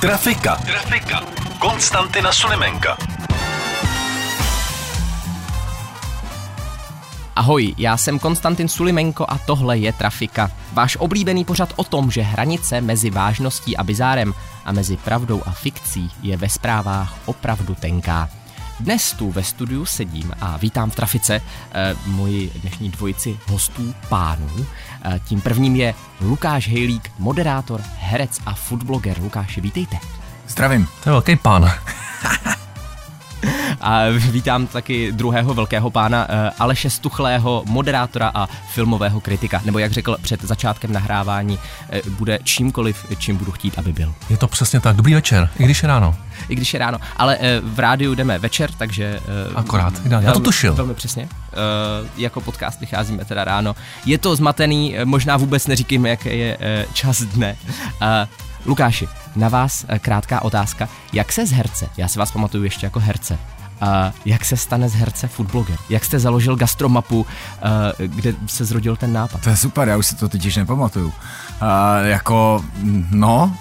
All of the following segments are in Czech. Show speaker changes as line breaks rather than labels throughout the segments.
Trafika. Trafika. Konstantina Sulimenka.
Ahoj, já jsem Konstantin Sulimenko a tohle je Trafika. Váš oblíbený pořad o tom, že hranice mezi vážností a bizárem a mezi pravdou a fikcí je ve zprávách opravdu tenká. Dnes tu ve studiu sedím a vítám v trafice eh, moji dnešní dvojici hostů pánů. Eh, tím prvním je Lukáš Hejlík, moderátor, herec a foodbloger. Lukáši, vítejte.
Zdravím.
To je velký pán.
A vítám taky druhého velkého pána eh, Aleše Stuchlého, moderátora a filmového kritika. Nebo jak řekl před začátkem nahrávání, eh, bude čímkoliv, čím budu chtít, aby byl.
Je to přesně tak. Dobrý večer, i když je ráno.
I když je ráno. Ale eh, v rádiu jdeme večer, takže... eh,
Akorát, ideálně. Já to
velmi-
tušil.
Velmi přesně. Eh, Jako podcast vycházíme teda ráno. Je to zmatený, eh, možná vůbec neříkejme, jaký je eh, čas dne. Eh, Lukáši, na vás eh, krátká otázka. Jak se z herce, já si vás pamatuju ještě jako herce, a jak se stane z herce foodbloger? Jak jste založil gastromapu, eh, kde se zrodil ten nápad?
To je super, já už si to totiž nepamatuju. A jako, no,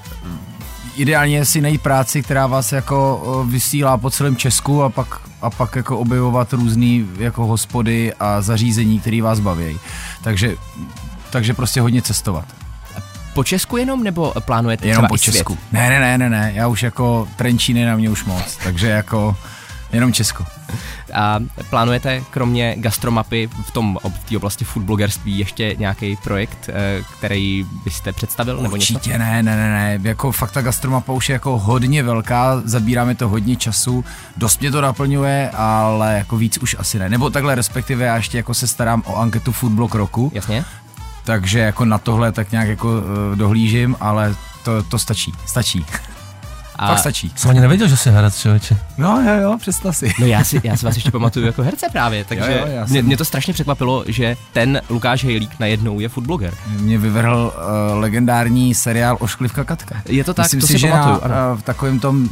ideálně si najít práci, která vás jako eh, vysílá po celém Česku a pak, a pak jako objevovat různý jako hospody a zařízení, které vás baví. Takže, takže prostě hodně cestovat.
Po Česku jenom, nebo plánujete
Jenom
třeba
po
i svět?
Česku. Ne, ne, ne, ne, ne, já už jako Trenčín je na mě už moc, takže jako jenom Česko.
A plánujete kromě gastromapy v tom ob- v té oblasti foodblogerství ještě nějaký projekt, eh, který byste představil? Nebo něco?
Určitě ne, ne, ne, ne. Jako fakt ta gastromapa už je jako hodně velká, zabírá mi to hodně času, dost mě to naplňuje, ale jako víc už asi ne. Nebo takhle respektive já ještě jako se starám o anketu Foodblock roku,
Jasně.
takže jako na tohle tak nějak jako eh, dohlížím, ale to, to stačí, stačí,
A,
fakt stačí.
Jsem ani nevěděl, že jsi herec, člověče.
No jo, jo, představ si.
No já si, já si vás ještě pamatuju jako herce právě, takže
jo, já
mě,
jsem-
mě to strašně překvapilo, že ten Lukáš Hejlík najednou je foodbloger.
Mě vyvrhl uh, legendární seriál Ošklivka Katka.
Je to tak,
Myslím
to
si,
si
že
pamatuju,
na, eh, v takovém tom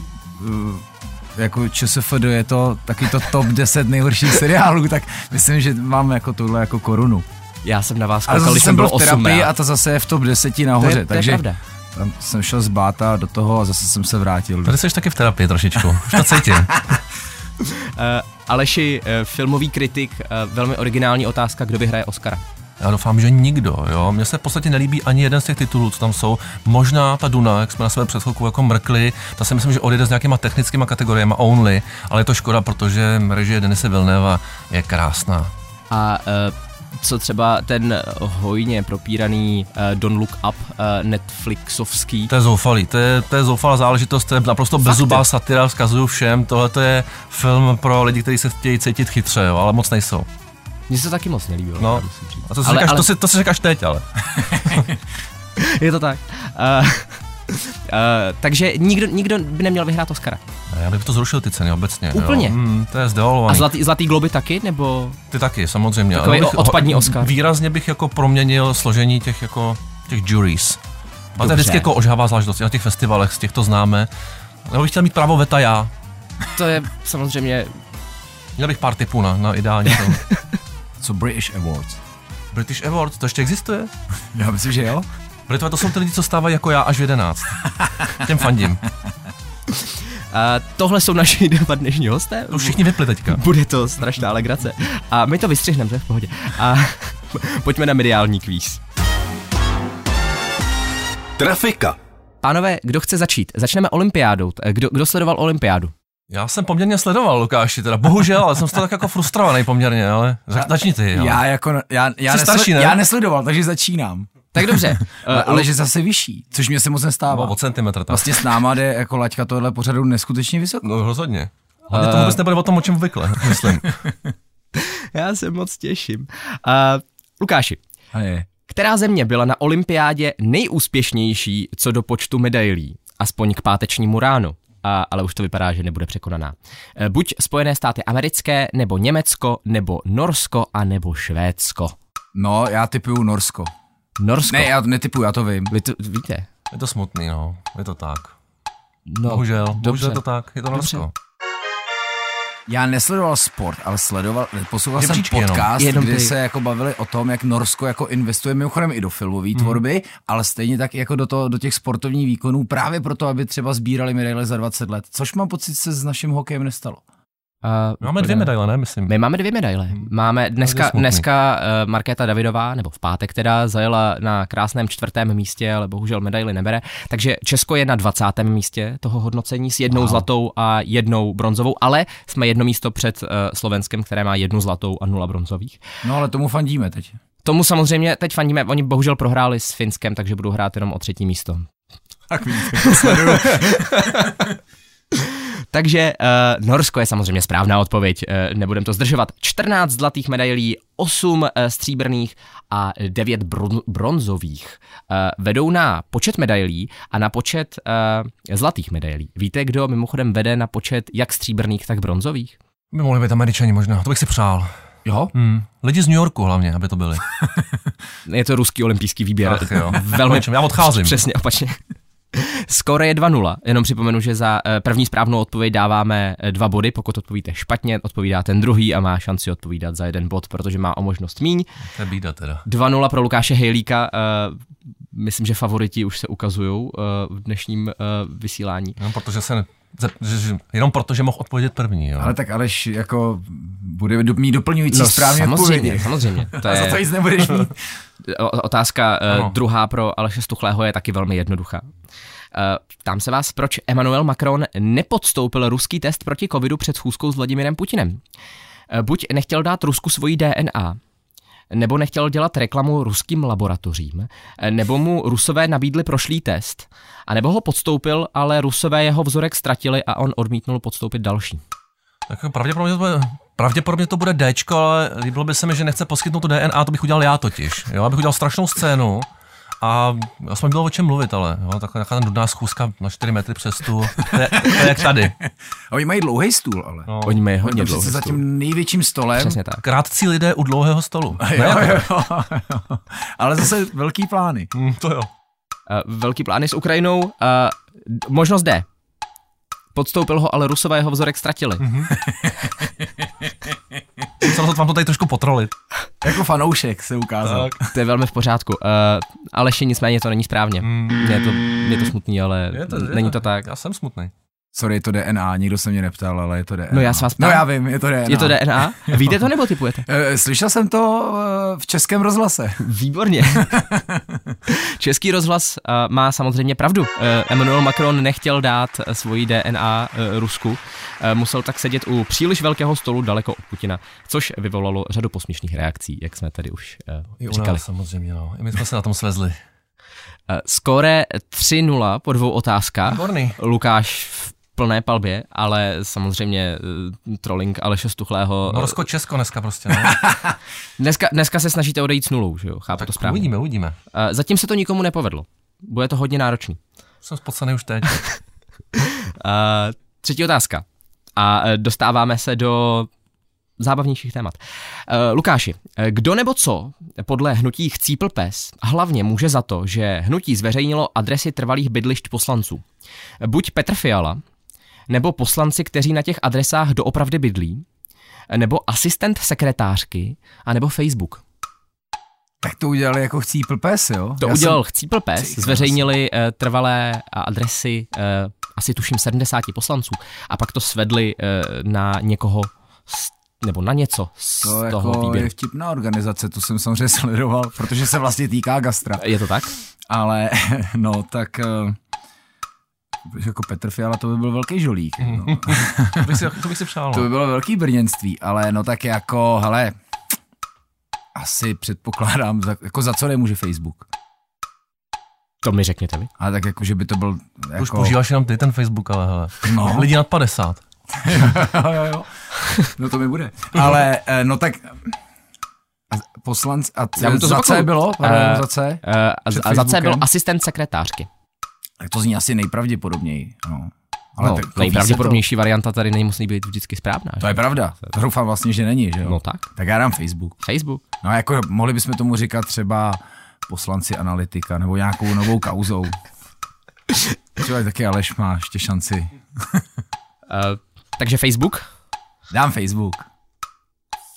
eh, jako ČSFD je to taky to top 10 nejhorších seriálů, tak myslím, že mám jako tuhle jako korunu.
Já jsem na vás
Ale
koukal,
zase
když
jsem
jsem
byl
byl
v
8.
terapii a ta zase je v top 10
to
nahoře,
je, to je
takže
pravda.
tam jsem šel z báta do toho a zase jsem se vrátil.
Tady jsi taky v terapii trošičku. Už to cítím.
Uh, Aleši, uh, filmový kritik, uh, velmi originální otázka, kdo vyhraje Oscara.
Já doufám, že nikdo, jo. Mně se v podstatě nelíbí ani jeden z těch titulů, co tam jsou. Možná ta Duna, jak jsme na své předchůdku jako mrkli, ta si myslím, že odjede s nějakýma technickýma kategoriemi only, ale je to škoda, protože režie Denise Villeneva je krásná.
A eh, co třeba ten hojně propíraný eh, Don't Look Up eh, Netflixovský,
To je zoufalý, to je, to je zoufalá záležitost, to je naprosto bezzubá satira, vzkazuju všem, tohle to je film pro lidi, kteří se chtějí cítit chytře, jo, ale moc nejsou.
mně se to taky moc nelíbilo.
No.
já musím říct.
A to si,
Ale-
ale, říkáš,
ale-
ale... To, si, to si říkáš teď, ale.
Je to tak. Uh, Uh, takže nikdo, nikdo by neměl vyhrát Oscara.
Ne, Já bych to zrušil ty ceny obecně.
Úplně.
Jo. Mm, to je
A
zdevalovaný. Zlat...
zlatý, zlatý globy taky, nebo...
Ty taky, samozřejmě.
Takový
Já bych-
odpadní Oscar.
Výrazně bych jako proměnil složení těch jako těch juries. A to
Dobře.
je vždycky jako ožhavá záležitost. Na těch festivalech, z těch to známe. Nebo bych chtěl mít právo veta já.
To je samozřejmě...
Měl bych pár typů na, na ideální film.
Co British Awards?
British Awards, to ještě existuje?
Já myslím, že jo.
Britové to jsou ty lidi, co stávají jako já až v 11. Těm fandím.
Uh, tohle jsou naši dva dnešní hosté.
To už všichni vypli teďka.
Bude to strašná legrace. A my to vystřihneme, to je v pohodě. A pojďme na mediální kvíz.
Trafika.
Pánové, kdo chce začít? Začneme olympiádou. Eh, Kdo, kdo sledoval olympiádu?
Já jsem poměrně sledoval Lukáši, teda bohužel, ale jsem z toho tak jako frustrovaný poměrně, ale zač- začni ty. Ale.
Já jako, já, já,
Jsi starší, ne?
já nesledoval, takže začínám.
Tak dobře.
Uh,
eh,
ale že zase vyšší, což mě se moc nestává.
Nebo o centimetr tak.
Vlastně s náma jde jako laťka tohle pořadu neskutečně vysoko.
No rozhodně. Ale to vůbec nebude o tom, o čem obvykle, myslím.
Já se moc těším. Uh, Lukáši,
A je.
která země byla na olympiádě nejúspěšnější co do počtu medailí? Aspoň k pátečnímu ránu. a, ale už to vypadá, že nebude překonaná. Eh, Buď Spojené státy americké, nebo Německo, nebo Norsko, a nebo Švédsko.
No, já typuju Norsko.
Norsko.
Ne, já to netypuju, já to vím.
Vy to víte?
Je to smutný, no. Je to tak.
No,
Bohužel. Dobře. Bohužel je
dobře.
to tak. Je to Norsko.
Já nesledoval sport, ale sledoval, poslouchal jsem
Žebříčky jenom.
podcast,
Jenom
jenom kde
ty.
se jako bavili o tom, jak Norsko jako investuje mimochodem i do filmové
Mhm.
tvorby, ale stejně tak jako do, toho, do těch sportovních výkonů právě proto, aby třeba sbírali medaile za 20 let, což mám pocit se s naším hokejem nestalo.
A-
Máme dvě medaile, ne, myslím.
My máme dvě medaile. Máme dneska,
smutný.
dneska eh, Markéta Davidová, nebo v pátek teda, zajela na krásném čtvrtém místě, ale bohužel medaili nebere. Takže Česko je na 20. místě toho hodnocení s jednou wow. zlatou a jednou bronzovou, ale jsme jedno místo před eh, Slovenskem, které má jednu zlatou a nula bronzových.
No ale tomu fandíme teď.
Tomu samozřejmě teď fandíme, oni bohužel prohráli s Finskem, takže budou hrát jenom o třetí místo.
Tak víc.
Takže uh, Norsko je samozřejmě správná odpověď, uh, nebudem to zdržovat. 14 zlatých medailí, 8 uh, stříbrných a 9 bron- bronzových uh, vedou na počet medailí a na počet uh, zlatých medailí. Víte, kdo mimochodem vede na počet jak stříbrných, tak bronzových?
By mohli být američani možná, to bych si přál.
Jo?
Hmm. Lidi z New Yorku hlavně, aby to byli.
Je to ruský olympijský výběr.
Ach jo.
Velmi
Já odcházím.
Přesně opačně. Skoro je 2-0. Jenom připomenu, že za eh, první správnou odpověď dáváme eh, dva body. Pokud odpovíte špatně, odpovídá ten druhý a má šanci odpovídat za jeden bod, protože má o možnost míň.
To je bída teda.
2-0 pro Lukáše Hejlíka. eh, Myslím, že favoriti už se ukazují v dnešním eh, vysílání.
Jenom protože se ne... ze- že- že- Jenom protože mohl odpovědět první, jo.
Ale tak Aleš jako bude do- mít doplňující správně
No, samozřejmě,
odpovědi.
samozřejmě. To
Za to
je
nic nebudeš mít.
o- otázka eh,
Ano.
druhá pro Aleše Stuchlého je taky velmi jednoduchá. Eh, Ptám se vás, proč Emmanuel Macron nepodstoupil ruský test proti covidu před schůzkou s Vladimirem Putinem? Eh, Buď nechtěl dát Rusku svoji DNA, nebo nechtěl dělat reklamu ruským laboratořím, eh, nebo mu rusové nabídli prošlý test, a nebo ho podstoupil, ale rusové jeho vzorek ztratili a on odmítnul podstoupit další.
Tak pravděpodobně to bude, pravděpodobně to bude Dčko, ale líbilo by se mi, že nechce poskytnout to DNA, to bych udělal já totiž. Jo, abych udělal strašnou scénu a aspoň bylo o čem mluvit, ale jo, taková taková nudná schůzka na 4 metry přes tu, to je, to je jak tady.
A oni mají dlouhý stůl, ale. No,
No.
Oni mají
oni
hodně
přece
dlouhý
za
stůl.
tím největším stolem.
Přesně tak.
Krátcí lidé u dlouhého stolu.
Jo,
Ne,
No,
jako-
jo, jo. Ale zase velký plány.
Hm, to jo.
Eh, velký plány s Ukrajinou. Uh, možnost D. Podstoupil ho, ale rusové jeho vzorek ztratili.
Musel jsem vám to tady trošku potrolit.
Jako fanoušek se ukázal.
Tak.
To je velmi v pořádku. Uh, Aleši, nicméně to není správně. Je to, je to smutný, ale není to tak.
Já jsem smutný.
Sorry, je to DNA, nikdo se mě neptal, ale je to DNA.
No já se vás ptám.
No já vím, je to DNA.
Je to DNA? Víte to nebo typujete?
Eh, Slyšel jsem to eh, v českém rozhlase.
Výborně. Český rozhlas eh, má samozřejmě pravdu. Eh, Emmanuel Macron nechtěl dát eh, svoji DNA eh, Rusku. Eh, Musel tak sedět u příliš velkého stolu daleko od Putina, což vyvolalo řadu posměšných reakcí, jak jsme tady už eh,
I u
říkali.
nás samozřejmě, no. I my jsme se na tom svezli.
Eh, Skóre 3-0 po dvou otázkách.
Výborný.
Lukáš v plné palbě, ale samozřejmě eh, trolling Aleše Stuchlého. eh,
Norsko, No, Česko dneska prostě, no.
Dneska, dneska se snažíte odejít s nulou, že jo? Chápu
Tak
to správně.
uvidíme, uvidíme.
Eh, Zatím se to nikomu nepovedlo. Bude to hodně náročný.
Jsem spocený už teď.
Eh, Třetí otázka. A eh, dostáváme se do zábavnějších témat. Eh, Lukáši, eh, kdo nebo co podle hnutí Chcípl pes hlavně může za to, že hnutí zveřejnilo adresy trvalých bydlišť poslanců? Buď Petr Fiala, nebo poslanci, kteří na těch adresách doopravdy bydlí, nebo asistent sekretářky, anebo Facebook.
Tak to udělali jako chcípl pes, jo?
To
Já
já udělal jsem... Chcípl
Ty
pes,
krásno.
zveřejnili uh, trvalé a adresy uh, asi tuším 70 poslanců a pak to svedli uh, na někoho z, nebo na něco z
Jsem,
toho
to jako
výběru.
je vtipná organizace, to jsem samozřejmě sledoval, protože se vlastně týká gastra.
Je... je to tak?
Ale no, tak eh, jako Petr Fiala, to by byl velký žolík. No.
To bych si, to bych si přál. no.
To by bylo velký brněnství, ale no tak jako, hele, asi předpokládám, za, jako za co nemůže Facebook.
To mi řekněte vy.
Ale tak jako, že by to byl
To Už
jako...
používáš jenom ty ten Facebook, ale hele.
No.
Lidi nad 50.
jo, jo, jo. No to mi bude. Ale eh, no tak... A z- poslanc... A c,
Já mu to
za
zopakuju.
C bylo? Pardon,
Eh,
za C?
Uh, a,
Před
a za C byl
Facebookem?
asistent sekretářky.
Tak to zní asi nejpravděpodobněji. No. Ale
no,
tak to
nejpravděpodobnější varianta tady nemusí být vždycky správná.
To, to je pravda. To doufám vlastně, že není, že jo?
No tak.
Tak já dám Facebook.
Facebook.
No a jako mohli bychom tomu říkat třeba poslanci analytika nebo nějakou novou kauzou. Třeba taky Aleš má ještě šanci.
Uh, takže Facebook?
Dám Facebook.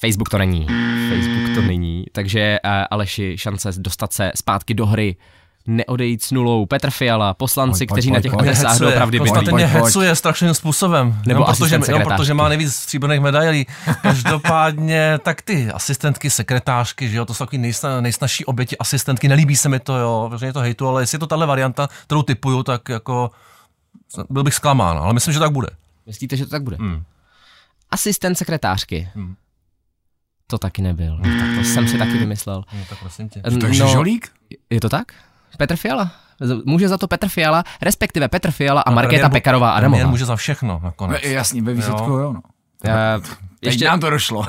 Facebook to není. Facebook to není. Takže uh, Aleši, šance dostat se zpátky do hry neodejít s nulou. Petr Fiala, poslanci,
Pojď, pojď,
kteří
pojď,
na těch
pojď.
adresách
Hecuje,
doopravdy
Konstantin
bydlí.
Pojď,
mě
pojď.
hecuje strašným způsobem.
jako Nebo
Jenom
asistent
protože, jenom
sekretářky.
protože má nejvíc stříbrných medailí. Každopádně, tak ty asistentky, sekretářky, že jo, to jsou takový nejsna, nejsnažší oběti asistentky. Nelíbí se mi to, jo, veřejně to hejtu, ale jestli je to tahle varianta, kterou typuju, tak jako byl bych zklamán, ale myslím, že tak bude.
Myslíte, že to tak bude?
Hmm.
Asistent sekretářky.
Hmm.
To taky nebyl. No, Tak to jsem si taky vymyslel.
No, tak prosím tě.
Takže
no,
Žolík?
Je to tak? Petr Fiala. Z- Může za to Petr Fiala, respektive Petr Fiala a Markéta
Premiér bu-
Pekarová
premiér
Adamová.
může za všechno nakonec.
No, jasně, ve výsledku jo, no.
Eh,
Teď
Ještě
nám to došlo.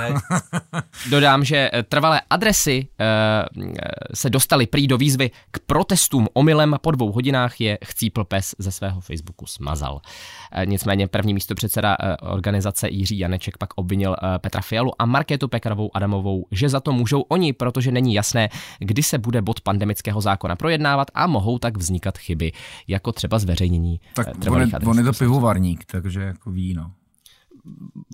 dodám, že eh, trvalé adresy eh, eh, se dostaly prý do výzvy k protestům omylem po dvou hodinách je chcípl pes ze svého Facebooku smazal. Eh, Nicméně první místo předseda organizace Jiří Janeček pak obvinil eh, Petra Fialu a Markétu Pekarovou Adamovou, že za to můžou oni, protože není jasné, kdy se bude bod pandemického zákona projednávat a mohou tak vznikat chyby, jako třeba zveřejnění eh,
Tak on je,
trvalých adres.
on je to pivovarník, takže jako ví, no.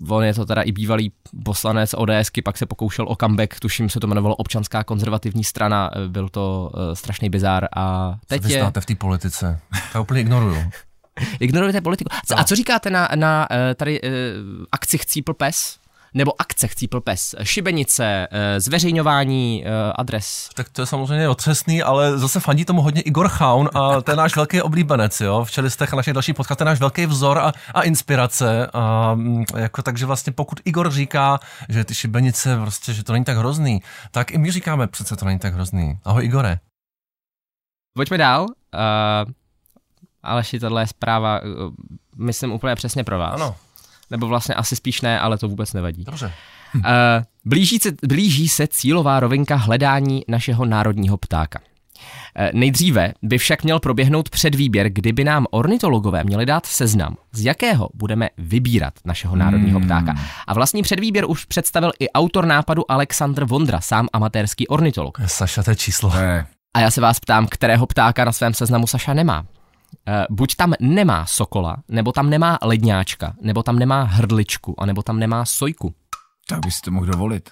on je to teda i bývalý poslanec ODSky, pak se pokoušel o comeback, tuším se to jmenovalo Občanská konzervativní strana, eh, byl to uh, strašný bizár a teď
Vy
je,
znáte v té politice. Já úplně ignoruju.
ignorujete politiku. Co, a co říkáte na, na eh, tady uh, akci Chcípl pes? Nebo akce Chcípl pes, šibenice, eh, zveřejňování eh, adres.
Tak to je samozřejmě otřesný, ale zase fandí tomu hodně Igor Chaun a to je náš velký oblíbenec, jo. V čelistech a našich dalších podcast je náš velký vzor a, a inspirace. A, mm, jako, takže vlastně pokud Igor říká, že ty šibenice, prostě, že to není tak hrozný, tak i my říkáme, přece to není tak hrozný. Ahoj Igore.
Pojďme dál. Uh, Aleši, tohle je zpráva, eh, myslím, úplně přesně pro vás.
Ano,
Nebo vlastně asi spíš ne, ale to vůbec nevadí.
dobře.
Eh, blíží, se, blíží se cílová rovinka hledání našeho národního ptáka. Eh, Nejdříve by však měl proběhnout předvýběr, kdyby nám ornitologové měli dát seznam, z jakého budeme vybírat našeho národního ptáka. A vlastní předvýběr už představil i autor nápadu Aleksandr Vondra, sám amatérský ornitolog.
Saša, to je číslo.
To je,
A já se vás ptám, kterého ptáka na svém seznamu Saša nemá. Eh, Buď tam nemá sokola, nebo tam nemá ledňáčka, nebo tam nemá hrdličku, anebo tam nemá sojku.
tak bys to mohl dovolit.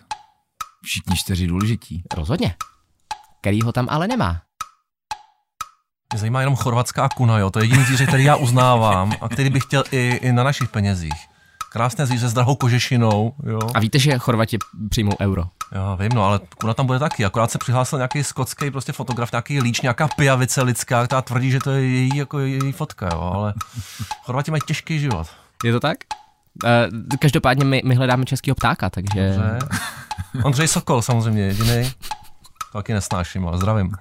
Všichni čtyři důležití.
Rozhodně. Který ho tam ale nemá.
Mě zajímá jenom chorvatská kuna, jo. To je jediný zvíře, který já uznávám a který bych chtěl i, i na našich penězích. Krásné zvíře s drahou kožešinou, jo.
A víte, že Chorvati přijmou euro?
Já vím, no, ale kuna tam bude taky. Akorát se přihlásil nějaký skotský prostě fotograf, nějaký líč, nějaká pijavice lidská, která tvrdí, že to je její, jako její fotka, jo, ale Chorvati mají těžký život.
Je to tak? Uh, každopádně my, my hledáme českého ptáka, takže...
Že? Ondřej Sokol samozřejmě jediný. To taky nesnáším, ale zdravím.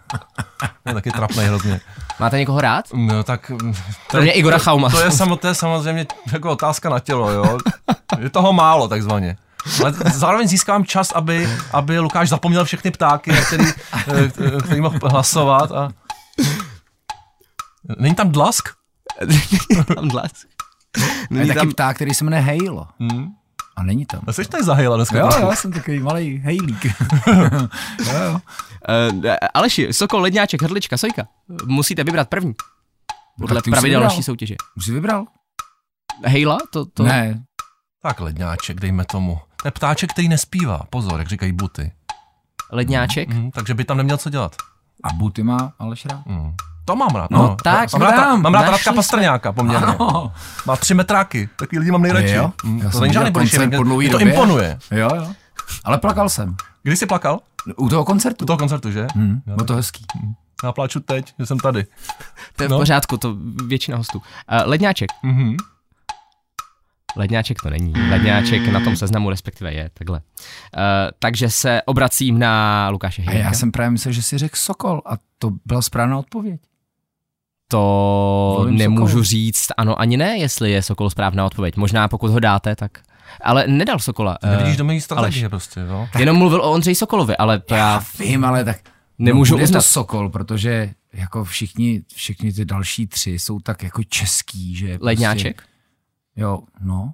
Je taky trapnej hrozně.
Máte někoho rád?
No tak... To
Kromě Igora Chauma.
To je, samo, to je samozřejmě jako otázka na tělo, jo. Je toho málo, takzvaně. Ale zároveň získám čas, aby, aby Lukáš zapomněl všechny ptáky, na který, eh, který mohl hlasovat. A... Není tam dlask?
Tam dlask.
A je
Není
taky
tam...
pták, který se jmenuje Hejlo. A není tam.
A jsi tady zahejla dneska.
Hmm? Jo,
trochu.
jo, jsem takový malý hejlík. jo, jo.
Uh, Aleši, Sokol, Ledňáček, Hrdlička, Sojka. Musíte vybrat první. Podle
No, tak ty už jsi
pravidel
vybral.
naší soutěže.
Už jsi vybral?
Hejla? To, to...
Ne,
Tak ledňáček, dejme tomu. To je ptáček, který nespívá. Pozor, jak říkají buty.
Ledňáček?
Mm, takže by tam neměl co dělat.
a buty má Aleš rád.
Mm. To mám rád.
No tak,
mám rád,
dám.
mám rád
Našli
Radka
jsme-
Pastrňáka poměrně.
Ano.
Má tři metráky, taky lidi mám nejradši.
Jo?
Mm,
Já
to
jsem
není žádný
viděl
polišivý,
koncert po dlouhý
mě to
době.
imponuje.
Jo, jo. Ale plakal jsem.
Kdy jsi plakal?
U toho koncertu.
U toho koncertu, že?
Hm, bylo to hezký.
Já pláču teď, že jsem tady.
To je v
No.
pořádku, to většina hostů. Uh, ledňáček.
Mhm.
Ledňáček to není. Ledňáček na tom seznamu respektive je, takhle. Uh, takže se obracím na Lukáše
A
Hejlka.
já jsem právě myslel, že si řekl Sokol a to byla správná odpověď.
To
Volím
nemůžu
Sokola.
říct ano ani ne, jestli je Sokol správná odpověď. Možná pokud ho dáte, tak... Ale nedal Sokola.
Ty Nevidíš
eh,
do mé strategie
Aleš.
prostě, jo?
Jenom mluvil o Ondřej Sokolovi, ale to já...
vím, ale tak no,
Nemůžu
bude
uznat.
to Sokol, protože jako všichni, všichni ty další tři jsou tak jako český, že...
Ledňáček?
Prostě, Jo, no.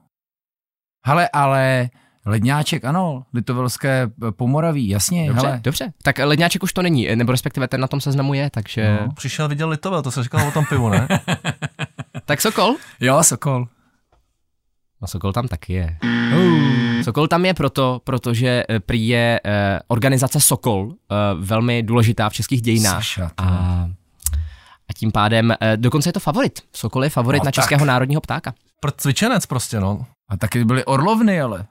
Hele, ale ledňáček, ano, litovelské eh, pomoraví, jasně,
Dobře,
hele.
dobře. Tak ledňáček už to není, nebo respektive ten na tom seznamu je, takže... No.
No.
Přišel, viděl Litovel, to se říkalo o tom pivu, ne?
Tak Sokol?
Jo, Sokol.
No Sokol tam taky je. Uh. Sokol tam je proto, protože eh, prý je eh, organizace Sokol eh, velmi důležitá v českých dějinách.
Saša, to-
a, a tím pádem, eh, dokonce je to favorit. Sokol je favorit
No
no, na
tak.
českého národního ptáka.
Pro cvičenec prostě, no.
A taky byly orlovny, ale.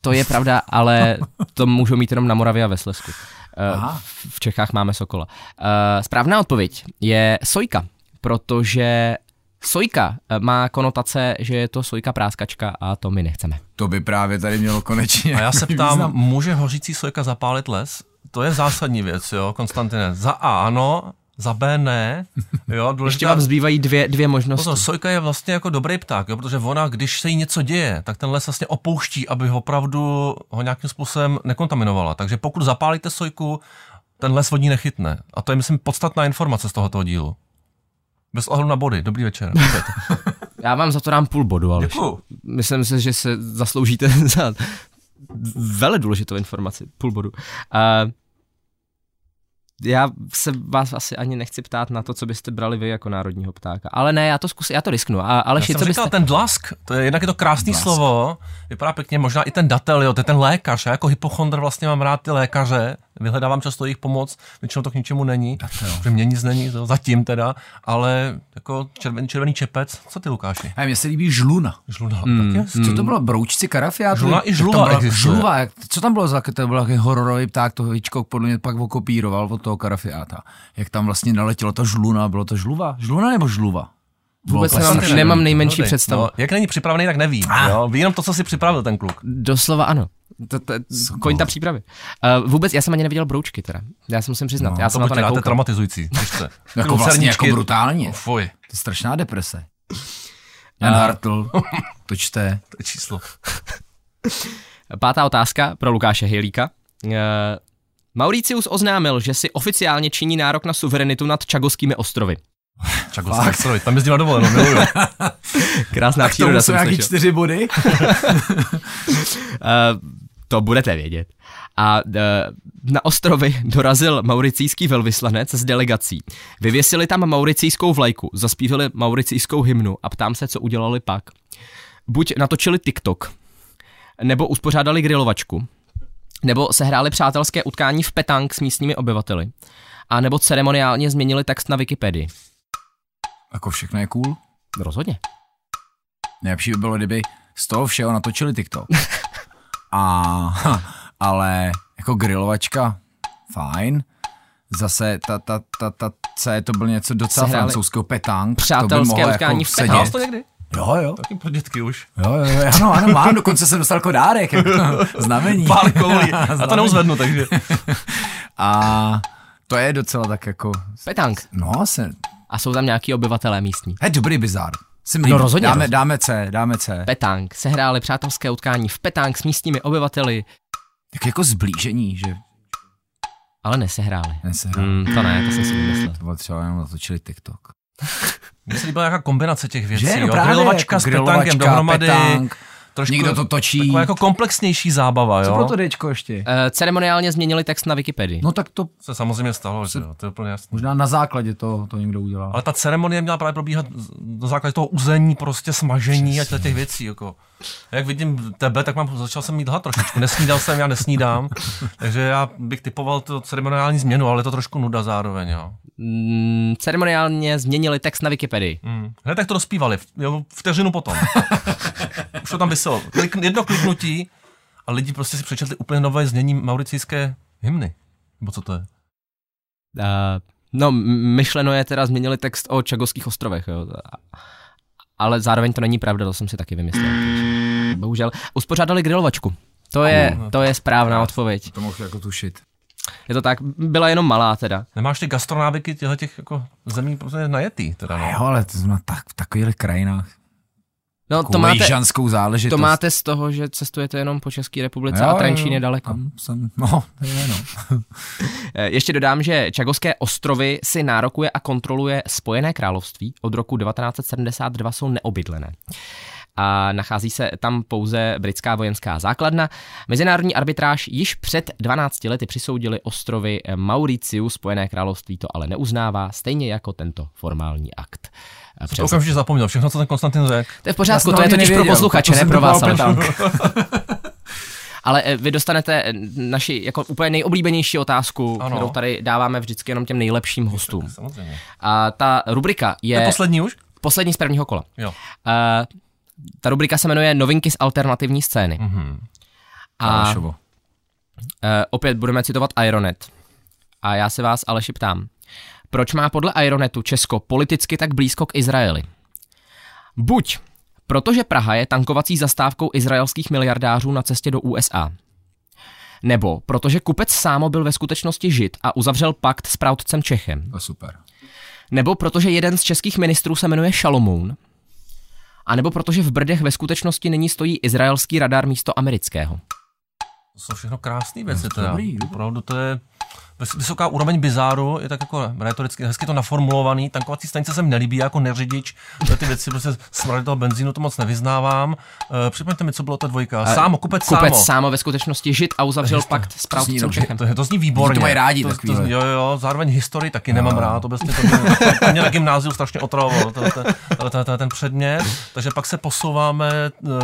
To je pravda, ale to můžou mít jenom na Moravě a ve Slezsku. Eh,
Aha.
V Čechách máme sokola. Eh, Správná odpověď je sojka, protože sojka eh, má konotace, že je to sojka práskačka a to my nechceme.
To by právě tady mělo konečně.
A já se
nějaký
ptám,
význam.
může hořící sojka zapálit les? To je zásadní věc, jo, Konstantine. Za A ano, za B ne, jo,
Ještě
důležitá
vám zbývají dvě, dvě možnosti.
Pozor, sojka je vlastně jako dobrý pták, jo, protože ona, když se jí něco děje, tak ten les vlastně opouští, aby ho opravdu ho nějakým způsobem nekontaminovala. Takže pokud zapálíte sojku, ten les vodní nechytne. A to je, myslím, podstatná informace z tohoto dílu. Bez ohledu na body. Dobrý večer.
Já vám za to dám půl bodu, ale
Děkuju.
myslím si, že se zasloužíte za vele důležitou informaci. Půl bodu. Uh, já se vás asi ani nechci ptát na to, co byste brali vy jako národního ptáka. Ale ne, já to zkusím, já to risknu. A, ale
Já
ši,
jsem
co
říkal,
byste...
ten dlask, to je, jednak je to krásný
Dlask.
slovo, vypadá pěkně, možná i ten datel, jo, to je ten lékař, já jako hypochondr vlastně mám rád ty lékaře, vyhledávám často jejich pomoc, většinou to k ničemu není, že mě nic není, to zatím teda, ale jako červený, červený čepec, co ty Lukáši?
A mně se líbí žluna.
Žluna, mm, tak jasně.
Co to bylo? Broučci karafiátů?
Žluna i
Tak tam
žluva
byla-
existuje.
Žluva, jak, co tam bylo za, to byl takový hororový pták, to Hitchcock podle mě pak okopíroval od toho karafiáta. Jak tam vlastně naletělo ta žluna, bylo to žluva? Žluna nebo žluva?
Vůbec
Bylo
nemám-
klasické.
nemám nejmenší
Dobrý.
představu.
No, jak není připravený, tak neví. Jo, ví jenom to, co si připravil ten kluk.
Doslova ano. To, to, koň ta přípravy. Uh, vůbec, já jsem ani neviděl broučky teda. Já se musím přiznat, no, já
To
jsem na to
buď dáte
nekoukal.
traumatizující. těžce.
Jako vlastně jako
Lucerničky.
brutálně.
Fuj,
To je strašná deprese. Jan
A-
Hartl, to čte.
to je číslo.
Pátá otázka pro Lukáše Hilíka. Uh, Mauricius oznámil, že si oficiálně činí nárok na suverenitu nad Čagoskými ostrovy.
Čago Sexrovi, tam jezdím na dovolenou, miluju.
Krásná
To
příroda,
jsou
jsem
nějaký
slyšel.
čtyři body.
Uh, to budete vědět. A uh, na ostrovy dorazil mauricijský velvyslanec s delegací. Vyvěsili tam mauricijskou vlajku, zaspívali mauricijskou hymnu a ptám se, co udělali pak. Buď natočili TikTok, nebo uspořádali grilovačku, nebo sehráli přátelské utkání v petang s místními obyvateli, a nebo ceremoniálně změnili text na Wikipedii.
Jako všechno je cool.
Rozhodně.
Nejlepší by bylo, kdyby z toho všeho natočili TikTok. A, ale jako grilovačka, fajn. Zase ta, ta, ta, ta, C, to byl něco docela
Sehráli
francouzského petang.
přátelské
jako
utkání v
Hrál
petanque.
jsi to někdy?
Jo, jo,
Taky pro dětky už.
jo, jo, jo, ano, ano, mám, dokonce jsem dostal jako dárek, jako znamení.
Pár koulí. A to
Znamení.
neuzvednu, takže.
A to je docela tak jako,
Petang.
no, se,
A jsou tam nějaký obyvatelé místní.
je dobrý bizár. Jsem
No, rozhodně,
Dáme,
rozhodně.
dáme C, dáme C.
Petang. Sehráli přátelské utkání v Petang s místními obyvateli,
Tak jako zblížení, že
ale nesehráli.
nesehrál.
Hmm, to ne, to jsem si vymyslel.
To bylo třeba jenom natočili TikTok.
Mně se líbila nějaká kombinace těch věcí.
Že, no
jo.
právě,
grilovačka
jako
s petankem
grilovačka,
dohromady.
petank,
trošku
někdo to točí.
Taková jako komplexnější zábava,
Co
jo.
pro to Dčko ještě?
Uh, ceremoniálně změnili text na Wikipedii.
No tak to
se samozřejmě stalo, že jo, to je úplně jasné.
možná na základě to, to někdo udělal.
Ale ta ceremonie měla právě probíhat z- na základě toho uzení, prostě smažení a těch- těch věcí. Jako. A Jak vidím tebe, tak mám, začal jsem mít hlad trošičku. Nesnídal jsem, já nesnídám. Takže já bych typoval tu ceremoniální změnu, ale je to trošku nuda zároveň. Jo.
Mm, ceremoniálně změnili text na Wikipedii.
Hmm. Hned tak to dospívali, v- jo, vteřinu potom. Už to tam vyselo. Klik, jedno kliknutí a lidi prostě si přečetli úplně nové znění mauricijské hymny. Nebo co to je?
Uh, no, m- myšleno je teda změnili text o Čagovských ostrovech, jo. A- Ale zároveň to není pravda, to jsem si taky vymyslel. takže Bohužel. Uspořádali grilovačku. To je, to je správná odpověď.
To mohl jako tušit.
Je to tak, byla jenom malá teda.
Nemáš ty gastronávyky těchto těch jako zemí prostě najetý. Teda, no.
Jo, ale to jsme tak, v takových krajinách.
No, to
Takovou
máte,
jižanskou záležitost.
to máte z toho, že cestujete jenom po České republice
Jo,
a
jo,
Trenčín je
jo,
daleko.
Tam jsem, no, to je no.
Eh, Ještě dodám, že Čagovské ostrovy si nárokuje a kontroluje Spojené království. Od roku 1972 jsou neobydlené. a nachází se tam pouze britská vojenská základna. Mezinárodní arbitráž již před 12 lety přisoudili ostrovy eh, Mauriciu, Spojené království to ale neuznává, stejně jako tento formální akt. Eh,
To okamžitě zapomněl všechno, co ten Konstantin řekl.
To je v pořádku, to je totiž pro posluchače, ne pro vás. Ale. Ale eh, vy dostanete eh, naši jako úplně nejoblíbenější otázku, ano.
Ano.
kterou tady dáváme vždycky jenom těm nejlepším hostům.
Samozřejmě.
A ta rubrika je,
Je poslední už?
poslední z prvního kola.
Jo.
Eh, ta rubrika se jmenuje Novinky z alternativní scény.
Mhm.
A uh, opět budeme citovat Ironet. A já se vás Aleši ptám. Proč má podle Ironetu Česko politicky tak blízko k Izraeli? Buď protože Praha je tankovací zastávkou izraelských miliardářů na cestě do USA. Nebo protože kupec Sámo byl ve skutečnosti žid a uzavřel pakt s právcem Čechem.
To je super.
Nebo protože jeden z českých ministrů se jmenuje Šalomoun. A nebo protože v Brdech ve skutečnosti nyní stojí izraelský radar místo amerického.
To jsou všechno krásné věci
No,
teda.
dobrý, dobrý.
Opravdu to je vys- vysoká úroveň bizáru, je tak jako retoricky hezky to naformulovaný, tankovací stanice se mi nelíbí, já jako neřidič, tyhle ty věci prostě smrady toho benzínu to moc nevyznávám. Uh, připomeňte mi, co bylo ta dvojka.
Eh,
Sámo, kupec,
Kupec
sámo.
sámo ve skutečnosti žid a uzavřel pakt s
zní
právcem
dobře.
Čechem.
To, je- to zní výborně.
To mají rádi
to, to
takovýhle.
zní, jo, jo, zároveň historii taky nemám rád, obecně to mě, to mě na gymnáziu strašně otravovalo, to, to, to, to, to, ten předmět. Takže pak se posouváme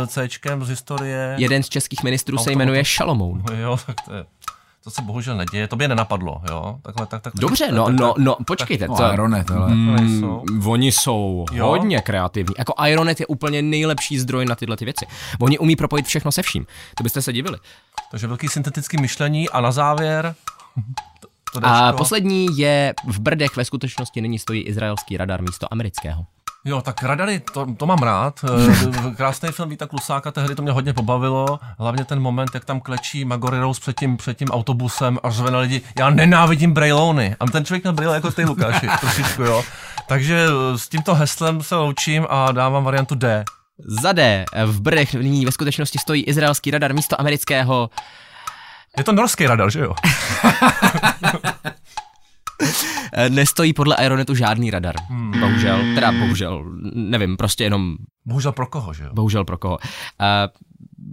eh, Cčkem z historie.
Jeden z českých ministrů se
Automotor.
jmenuje Šalomoun.
Jo, tak to je, to se bohužel neděje, to by je nenapadlo, jo, takhle, tak, tak,
Dobře, no, no, mm. no, počkejte.
No,
To,
Aronet, ale...
Nejsou.
oni jsou
Jo.
hodně kreativní. Jako Ironet je úplně nejlepší zdroj na tyhle ty věci. Oni umí propojit všechno se vším. To byste se divili.
Takže velký syntetický myšlení a na závěr to- to
A
Dčko.
poslední je v Brdech ve skutečnosti nyní stojí izraelský radar místo amerického.
Jo, tak radary, to, to mám rád. Eh, Krásný film Víta Klusáka, tehdy to mě hodně pobavilo. Hlavně ten moment, jak tam klečí Magory Rose před tím, před tím autobusem a řve na lidi. Já nenávidím brejlony. A ten člověk měl brejle jako ty, Lukáši, trošičku, jo. Takže eh, s tímto heslem se loučím a dávám variantu D.
Za D. eh, V Brdech nyní ve skutečnosti stojí izraelský radar místo amerického.
Je to norský radar, že jo?
Eh, Nestojí podle Aeronetu žádný radar. Bohužel, teda bohužel, nevím, prostě jenom
Bohužel pro koho, že jo?
bohužel pro koho. Eh,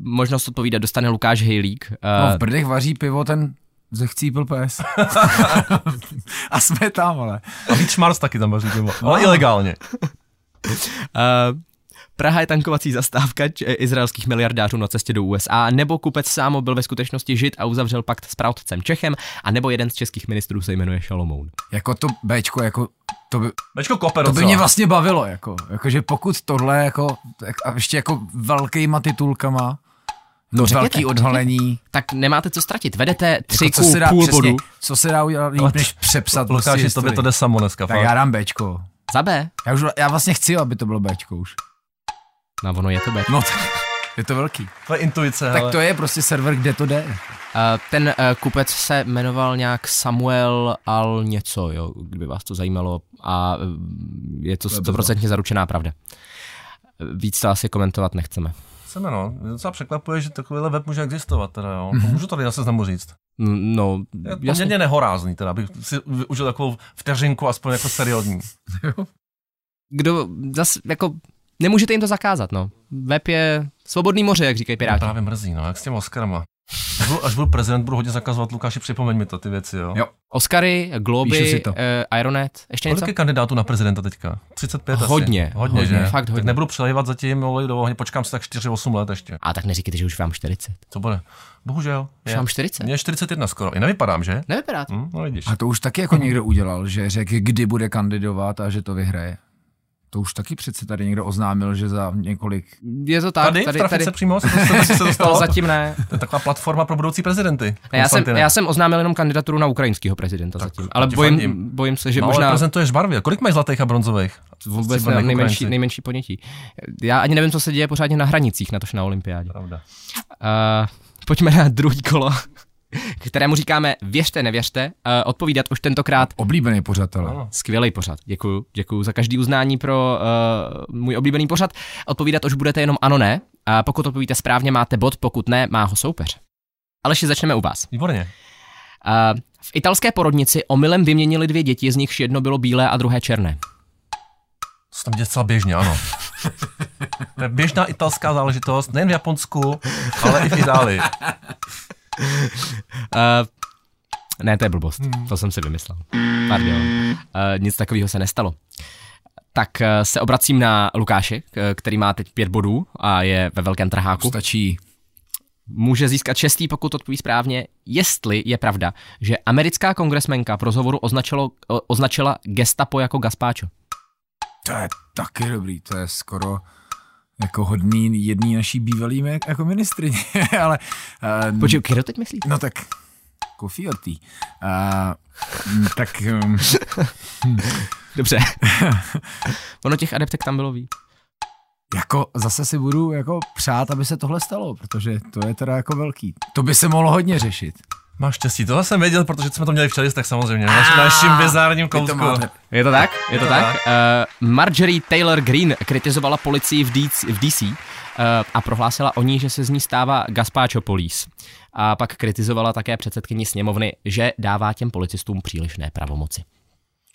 možnost odpovídat dostane Lukáš Hejlík. Eh,
No, v Brdech vaří pivo ten zechcípil pes. a jsme tam, ale.
A víc Mars taky tam vaří, pivo, ale
No.
ilegálně.
eh, Praha je tankovací zastávka č- eh, izraelských miliardářů na cestě do USA, nebo kupec Sámo byl ve skutečnosti žid a uzavřel pakt s právcem Čechem, a nebo jeden z českých ministrů se jmenuje Šalomoun.
Jako to Bčko, jako to by,
Bečko kope
to by
docela.
mě vlastně bavilo, jako, jako, že pokud tohle, jako, tak, a ještě jako velkýma titulkama, no,
řekněte,
velký odhalení,
Tak nemáte co ztratit, vedete tři
jako,
ku půl
přesně,
bodu.
co se dá udělat
Ale
líp, než
t-
přepsat prostě
Lukáši, to by
historii.
to jde samo dneska.
Tak
fakt.
já dám Bčko.
Za B.
Já, už, já vlastně chci, aby to bylo Bčko už.
No, ono je to B.
No, tak, je to velký.
To je intuice,
Tak to je prostě server, kde to jde.
Eh, Ten eh, kupec se jmenoval nějak Samuel Al něco, jo, kdyby vás to zajímalo a eh, je to stoprocentně zaručená pravda. Víc to asi komentovat nechceme.
Chceme, no. Mě docela překvapuje, že takovýhle web může existovat, teda jo.
Mhm.
To můžu tady na seznamu říct.
Mm, No,
Je
jasně.
Eh, poměrně nehorázný, teda, abych si užil takovou vteřinku, aspoň jako seriózní.
Kdo zas, jako, nemůžete jim to zakázat, no. Web je svobodný moře, jak říkají
Mě
piráti.
právě mrzí, no, jak s těma Oscarama. Až budu, až budu prezident, budu hodně zakazovat, Lukáši, připomeň mi to, ty věci, jo.
Jo.
Oscary,
Píšu si
Globy,
to.
eh, Ironet, ještě něco?
Kolik je kandidátů na prezidenta teďka? 35
Hodně,
asi. Hodně,
hodně,
že?
fakt hodně.
Tak nebudu přelévat zatím olej do ohně, počkám si tak 4-8 let ještě.
A tak neříkejte, že už vám 40.
To bude. Bohužel.
Už
Je.
vám 40.
Mně je 41 skoro. I nevypadám, že?
Nevypadá to.
Hm, no vidíš.
A to už taky jako někdo udělal, že řekl, kdy bude kandidovat a že to vyhraje. To už taky přece tady někdo oznámil, že za několik...
Je to tak,
tady,
tady,
v trafice
tady,
přímo se to, se to
to
dostalo.
zatím ne.
To je taková platforma pro budoucí prezidenty.
Ne, já, jsem,
Konstantine.
já jsem oznámil jenom kandidaturu na ukrajinského prezidenta tak, zatím, ale
ti
bojím,
fandím.
bojím se, že
no,
možná
ale prezentuješ barvě. Kolik mají zlatých a bronzových?
vůbec
Jsi
ne,
byl na
nejmenší,
konkurenci.
nejmenší ponětí. Já ani nevím, co se děje pořádně na hranicích, na tož na olympiádě.
Pravda.
Uh, pojďme na druhý kolo, kterému říkáme věřte, nevěřte, uh, odpovídat už tentokrát
Oblíbený pořadatel.
Skvělý pořad, děkuju, děkuju za každý uznání pro uh, můj oblíbený pořad. Odpovídat už budete jenom ano, ne. A pokud odpovíte správně, máte bod, pokud ne, má ho soupeř. Aleši, začneme u vás.
Výborně.
Uh, v italské porodnici omylem vyměnili dvě děti, z nichž jedno bylo bílé a druhé černé.
To se tam děje celá běžně, ano. To je běžná italská záležitost, nejen v Japonsku, ale i v Itálii.
Uh, ne, to je blbost. To jsem si vymyslel. Pardon. Uh, nic takového se nestalo. Tak uh, se obracím na Lukáše, k- který má teď pět bodů a je ve velkém trháku.
Stačí.
Může získat šestý, pokud odpoví správně, jestli je pravda, že americká kongresmenka v rozhovoru označilo, o- označila gestapo jako gazpáčo.
To je taky dobrý, to je skoro jako hodný jedný naší bývalý mi- jako ministrině, ale... Uh,
Počkej, kdo teď myslí?
No tak, coffee or tea. Uh, mm, tak um,
Dobře. ono těch adeptek tam bylo víc.
jako zase si budu jako přát, aby se tohle stalo, protože to je teda jako velký. To by se mohlo hodně řešit.
Máš štěstí, tohle jsem věděl, protože jsme to měli včera, tak samozřejmě, na naš- naším bizárním
Vy to
kousku.
máte.
Je to tak? Je to tak. Uh, Marjorie Taylor Green kritizovala policii v DC, v DC uh, a prohlásila o ní, že se z ní stává Gazpáčo Police. A pak kritizovala také předsedkyni sněmovny, že dává těm policistům přílišné pravomoci.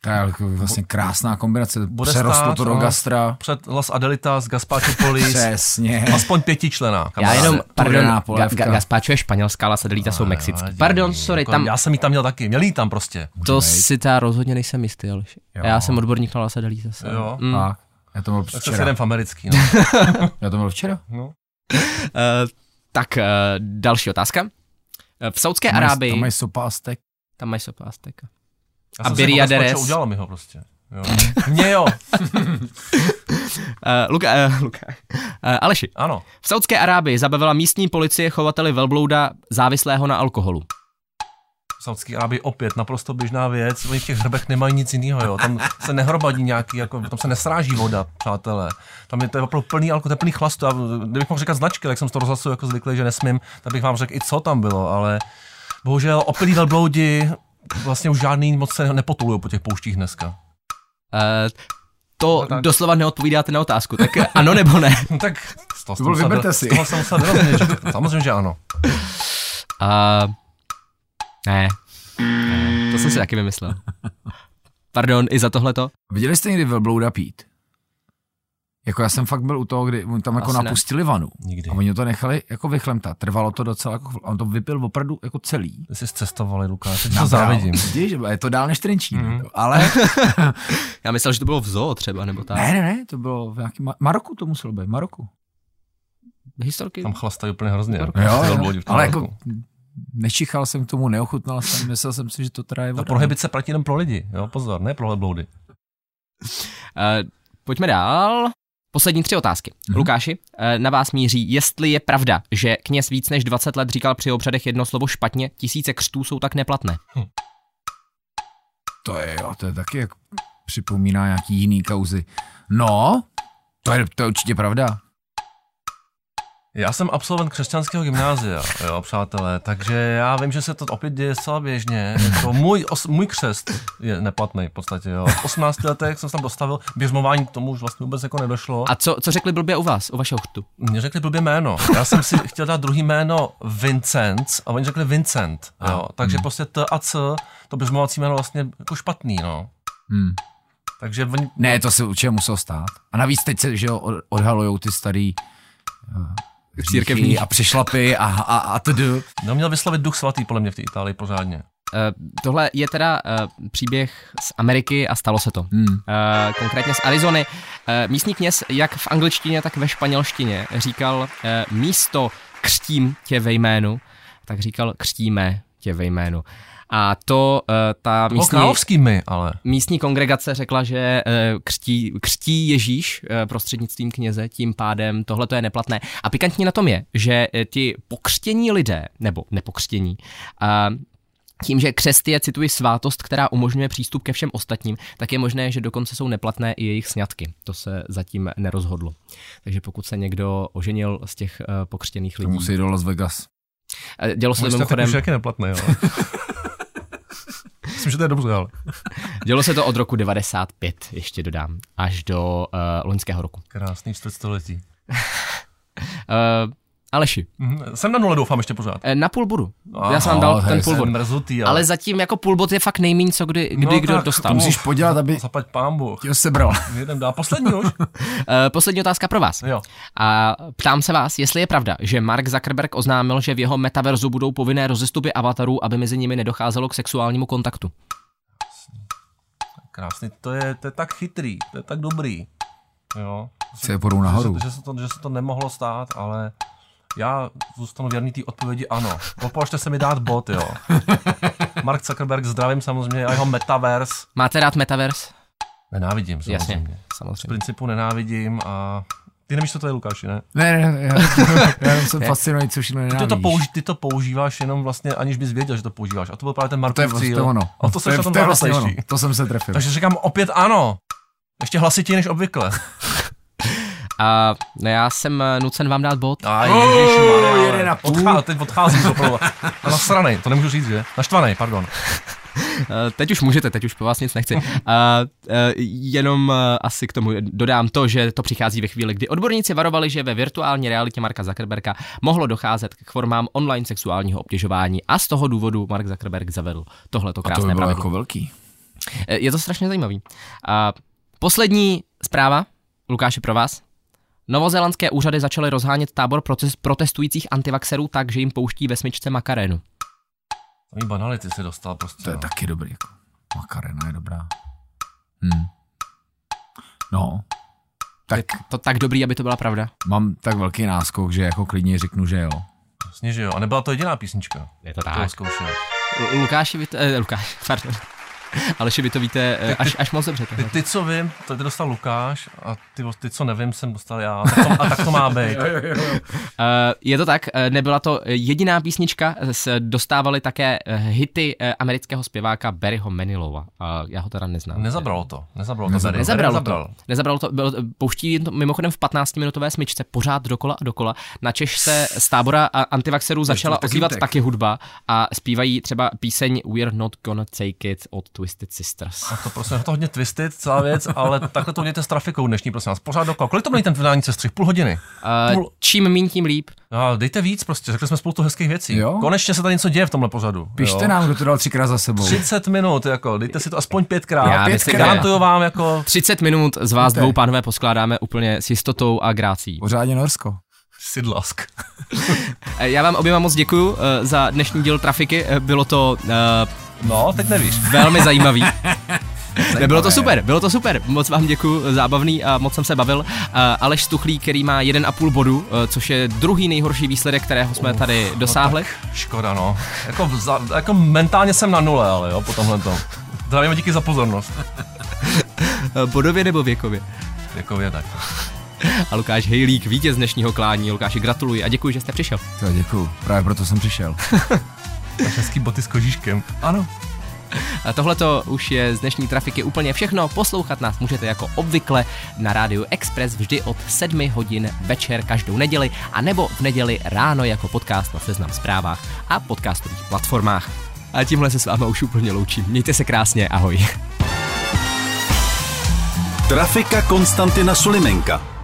To je jako vlastně krásná kombinace.
Bude
Přerostlo to
stát,
do
no.
gastra.
Před Las Adelitas, Gazpacho Police,
Přesně.
aspoň pětičlená.
Já
kamaráde.
jenom,
Studená
Eh, pardon, ga,
polévka.
ga, Gazpáčo je španělská, La Sadelita jsou mexický.
Vadí,
Pardon, sorry,
Ah, jako
tam,
Já jsem ji tam měl taky, měl ji tam prostě.
to si ta rozhodně nejsem jistý, Aleš. Já jsem odborník na La Sadelita.
Jo.
Mm.
A, já to byl
Tak se jeden
včera.
v americký, no.
Já to byl včera.
Eh, tak eh, další otázka. Eh, V Saudské
Tam mají-
Arábii,
Tam mají sopástek.
tam mají sopásteka.
Já
A
jsem si
Birria
jako
Deres.
skočil, Udělal mi ho prostě. Jo. Mně jo,
Uh, Luka, uh, Luka. Uh, Aleši,
ano.
v Saudské Arábii zabavila místní policie chovateli velblouda závislého na alkoholu.
V Saudské Arábii opět naprosto běžná věc, oni v těch hrbech nemají nic jiného, jo. Tam se nehrobadí nějaký, jako, tam se nesráží voda, přátelé. Tam je to je opravdu plný alkohol, to je plný chlastu. Já, kdybych mohl říkat značky, tak jsem z toho rozhlasu jako zvyklý, že nesmím, tak bych vám řekl i co tam bylo, ale bohužel opilí velbloudi, vlastně už žádný moc se nepotulují po těch pouštích dneska.
Uh, to
No tak.
doslova neodpovídáte na otázku, tak eh, ano nebo ne?
No tak z toho, jsem
bylo,
musel
vyberte
vyro-
si.
z toho jsem musel vyrozumět, že- samozřejmě, že ano.
Uh, ne. ne. To jsem si taky vymyslel. Pardon, i za tohleto?
Viděli jste někdy velblouda pít? Jako já jsem fakt byl u toho, kdy oni tam jako
Asi ne.
napustili vanu.
Nikdy.
A oni to nechali jako vychlemtat. Trvalo to docela jako chvil- a On to vypil opravdu jako celý.
Ty jsi cestovali, Lukáš, teď to závidím. Mhm.
Vidíš, je to dál než Trenčín. jako. Ale
Já myslel, že to bylo v zoo třeba, nebo tak.
ne, ne, ne, to bylo v nějakém Ma- Maroku to muselo být, Maroku.
Historky?
Tam chlastají úplně hrozně. Jo,
Jo, jo,
Velbloudi v tom
ale
Maroku.
jako nečichal jsem k tomu, neochutnal jsem, myslel jsem si, že to teda je
Ta
voda.
prohibice platí jenom pro lidi, jo, pozor, ne pro velbloudy.
Uh, pojďme dál. Poslední tři otázky.
Mhm.
Lukáši, eh, na vás míří, jestli je pravda, že kněz víc než 20 let říkal při obřadech jedno slovo špatně, tisíce křtů jsou tak neplatné.
To je, jo, to je taky jak připomíná nějaký jiný kauzy. No, to je, to je určitě pravda.
Já jsem absolvent křesťanského gymnázia, jo, přátelé, takže já vím, že se to opět děje zcela běžně. Jako můj, os, můj křest je neplatný v podstatě, jo. V 18 letech jsem se tam dostavil, běžmování k tomu už vlastně vůbec jako nedošlo.
A co, co řekli blbě u vás, u vašeho chtu?
Mně řekli blbě jméno. Já jsem si chtěl dát druhý jméno Vincent a oni řekli Vincent. Jo. Takže prostě T a C, to bezmovací jméno vlastně jako špatný, no.
Hmm.
Takže oni,
Ne, to se určitě muselo stát. A navíc teď se, že jo, od- odhalujou ty starý eh,
Církevní.
hříchy a přešlapy a, a, a td.
no, měl vyslovit duch svatý podle mě v té Itálii pořádně.
Eh, Tohle je teda eh, příběh z Ameriky a stalo se to.
Hmm.
Eh, Konkrétně z Arizony. Eh, Místní kněz jak v angličtině, tak ve španělštině říkal eh, místo křtím tě ve jménu, tak říkal křtíme tě ve jménu. A to eh, ta
O
místní...
královskými, ale.
Místní kongregace řekla, že eh, křtí, křtí Ježíš eh, prostřednictvím kněze, tím pádem tohle to je neplatné. A pikantní na tom je, že eh, ti pokřtění lidé, nebo nepokřtění, a tím, že křest je, cituji, svátost, která umožňuje přístup ke všem ostatním, tak je možné, že dokonce jsou neplatné i jejich sňatky. To se zatím nerozhodlo. Takže pokud se někdo oženil z těch eh, pokřtěných
To
lidí,
musí do Las Vegas.
Eh, dělo se to mimochodem,
Už jak je neplatné, jo. Myslím, že to je dobře, ale.
dělo se to od roku 95, ještě dodám, až do uh, loňského roku.
Krásný čtvrt století.
Eh, Aleši,
Mhm, Jsem na nule, doufám ještě pořád.
eh, na půl bodu. Já jsem vám dal
Aha,
ten
hej,
půl bod.
Jsem mrzutý, ale,
Ale zatím jako půl bod je fakt nejméně, co kdy, kdy
No
kdo
tak,
dostal.
to
Musíš podělat, aby
zapať pán Bůh.
tě sebral.
Jeden dá poslední už.
Eh, poslední otázka pro vás.
Jo.
A ptám se vás, jestli je pravda, že Mark Zuckerberg oznámil, že v jeho metaverzu budou povinné rozestupy avatarů, aby mezi nimi nedocházelo k sexuálnímu kontaktu.
Krásný, to je, to je tak chytrý, to je tak dobrý. Jo.
Se půjdou nahoru.
Že, že, se to, že se to nemohlo stát, ale já zůstanu věrný té odpovědi ano. Popovažte se mi dát bod, jo. Mark Zuckerberg, zdravím samozřejmě, a jeho metavers.
Máte rád metavers?
Nenávidím samozřejmě.
Jasně,
Z
samozřejmě.
principu nenávidím a ty nevíš, co to je, Lukáši, ne?
Ne, ne, ne, já, já jenom jsem fascinovaný, co všechno
Ty to,
nenávidíš.
použi- ty to používáš jenom vlastně, aniž bys věděl, že to používáš. A to byl právě ten
To je
Markův
vlastně
cíl.
ono.
A to se
je,
na tom
to je vlastně ono.
závislejší.
To jsem se trefil.
Takže říkám opět ano. Ještě hlasitěji než obvykle.
A ne, já jsem eh, nucen vám dát bod.
A
Oh,
ježišmarja, ale
jede na půl.
Odchá, teď odcházím z opravdu. A nasranej, to nemůžu říct, že? Naštvanej, pardon.
Eh, Teď už můžete, teď už po vás nic nechci. A, eh, jenom eh, asi k tomu dodám to, že to přichází ve chvíli, kdy odborníci varovali, že ve virtuální realitě Marka Zuckerberga mohlo docházet k formám online sexuálního obtěžování a z toho důvodu Mark Zuckerberg zavedl tohleto
to
krásné
by bylo
pravidlo.
jako velký.
Eh, Je to strašně zajímavý. A poslední zpráva, Lukáši, pro vás. Novozélandské úřady začaly rozhánět tábor proces- protestujících antivaxerů tak, že jim pouští ve smyčce makarénu.
Samý banality se dostal prostě.
To je
no.
taky dobrý. Jako. Makarena je dobrá. Hmm. No, tak
To tak dobrý, aby to byla pravda.
mám tak velký náskok, že jako klidně řeknu, že jo.
Jasně, že jo. A nebyla to jediná písnička.
Je to
To zkoušel.
Lu- Lukáši, vy to, eh, Lukáš, pardon. Aleši, vy to víte eh, až, až moc dobře.
Ty,
tohle.
ty, co vím, to ty dostal Lukáš a ty, ty co nevím, jsem dostal já. Tak to, a tak to má být.
Eh, Je to tak, eh, nebyla to eh, jediná písnička, s- dostávali také eh, hity eh, amerického zpěváka Barryho Manilova. A Já ho teda neznám.
Nezabralo to. Nezabralo to.
Nezabral.
Barry.
Nezabralo
Barry
to. Nezabralo to, bylo, pouští jim to mimochodem v 15-minutové smyčce pořád dokola a dokola. Na Češ se z tábora a- antivaxerů začala
taky
ozývat
utek.
taky hudba a zpívají třeba píseň We're Not Gonna Take It od Twisted Sisters.
To prostě je to hodně twisted, celá věc, ale takhle to mějte s trafikou dnešní, prosím vás. Pořád dokola. Kolik to byl ten finální sestřih? Půl hodiny.
Uh,
Půl-
čím mín, tím líp.
A dejte víc prostě, řekli jsme spoustu hezkých věcí.
Jo.
Konečně se tady něco děje v tomhle pořadu.
Pište
jo.
nám, kdo to dal třikrát za sebou.
30 minut, jako, dejte si to aspoň pětkrát.
Já
Pětkrát.
myslím, že-
Garantuju vám, jako,
30 minut z vás
Víte.
dvou pánové poskládáme úplně s jistotou a grácí.
Pořádně Norsko.
sidlask.
Eh, Já vám oběma moc děkuji za dnešní díl Trafiky, eh, bylo to eh,
No, teď nevíš.
velmi zajímavý. Ne, bylo to super, bylo to super. Moc vám děkuji, zábavný a moc jsem se bavil. Eh, Aleš Stuchlí, který má 1,5 bodu, eh, což je druhý nejhorší výsledek, kterého jsme tady dosáhli.
Škoda, no. Jako, za, jako mentálně jsem na nule, ale jo, po tomhle tom. Zdravíme, díky za pozornost.
Eh, Bodově nebo věkově.
Jako je tak.
A Lukáš Hejlík, vítěz dnešního klání. Lukáši, gratuluji a děkuji, že jste přišel.
To děkuju, právě proto jsem přišel.
Český boty s kožíškem.
Ano.
A Tohleto už je z dnešní trafiky úplně všechno. Poslouchat nás můžete jako obvykle na rádiu Express vždy od 7 hodin večer každou neděli a nebo v neděli ráno jako podcast na Seznam zprávách a podcastových platformách. A tímhle se s váma už úplně loučím. Mějte se krásně, ahoj.
Trafika Konstantina Sulimenka.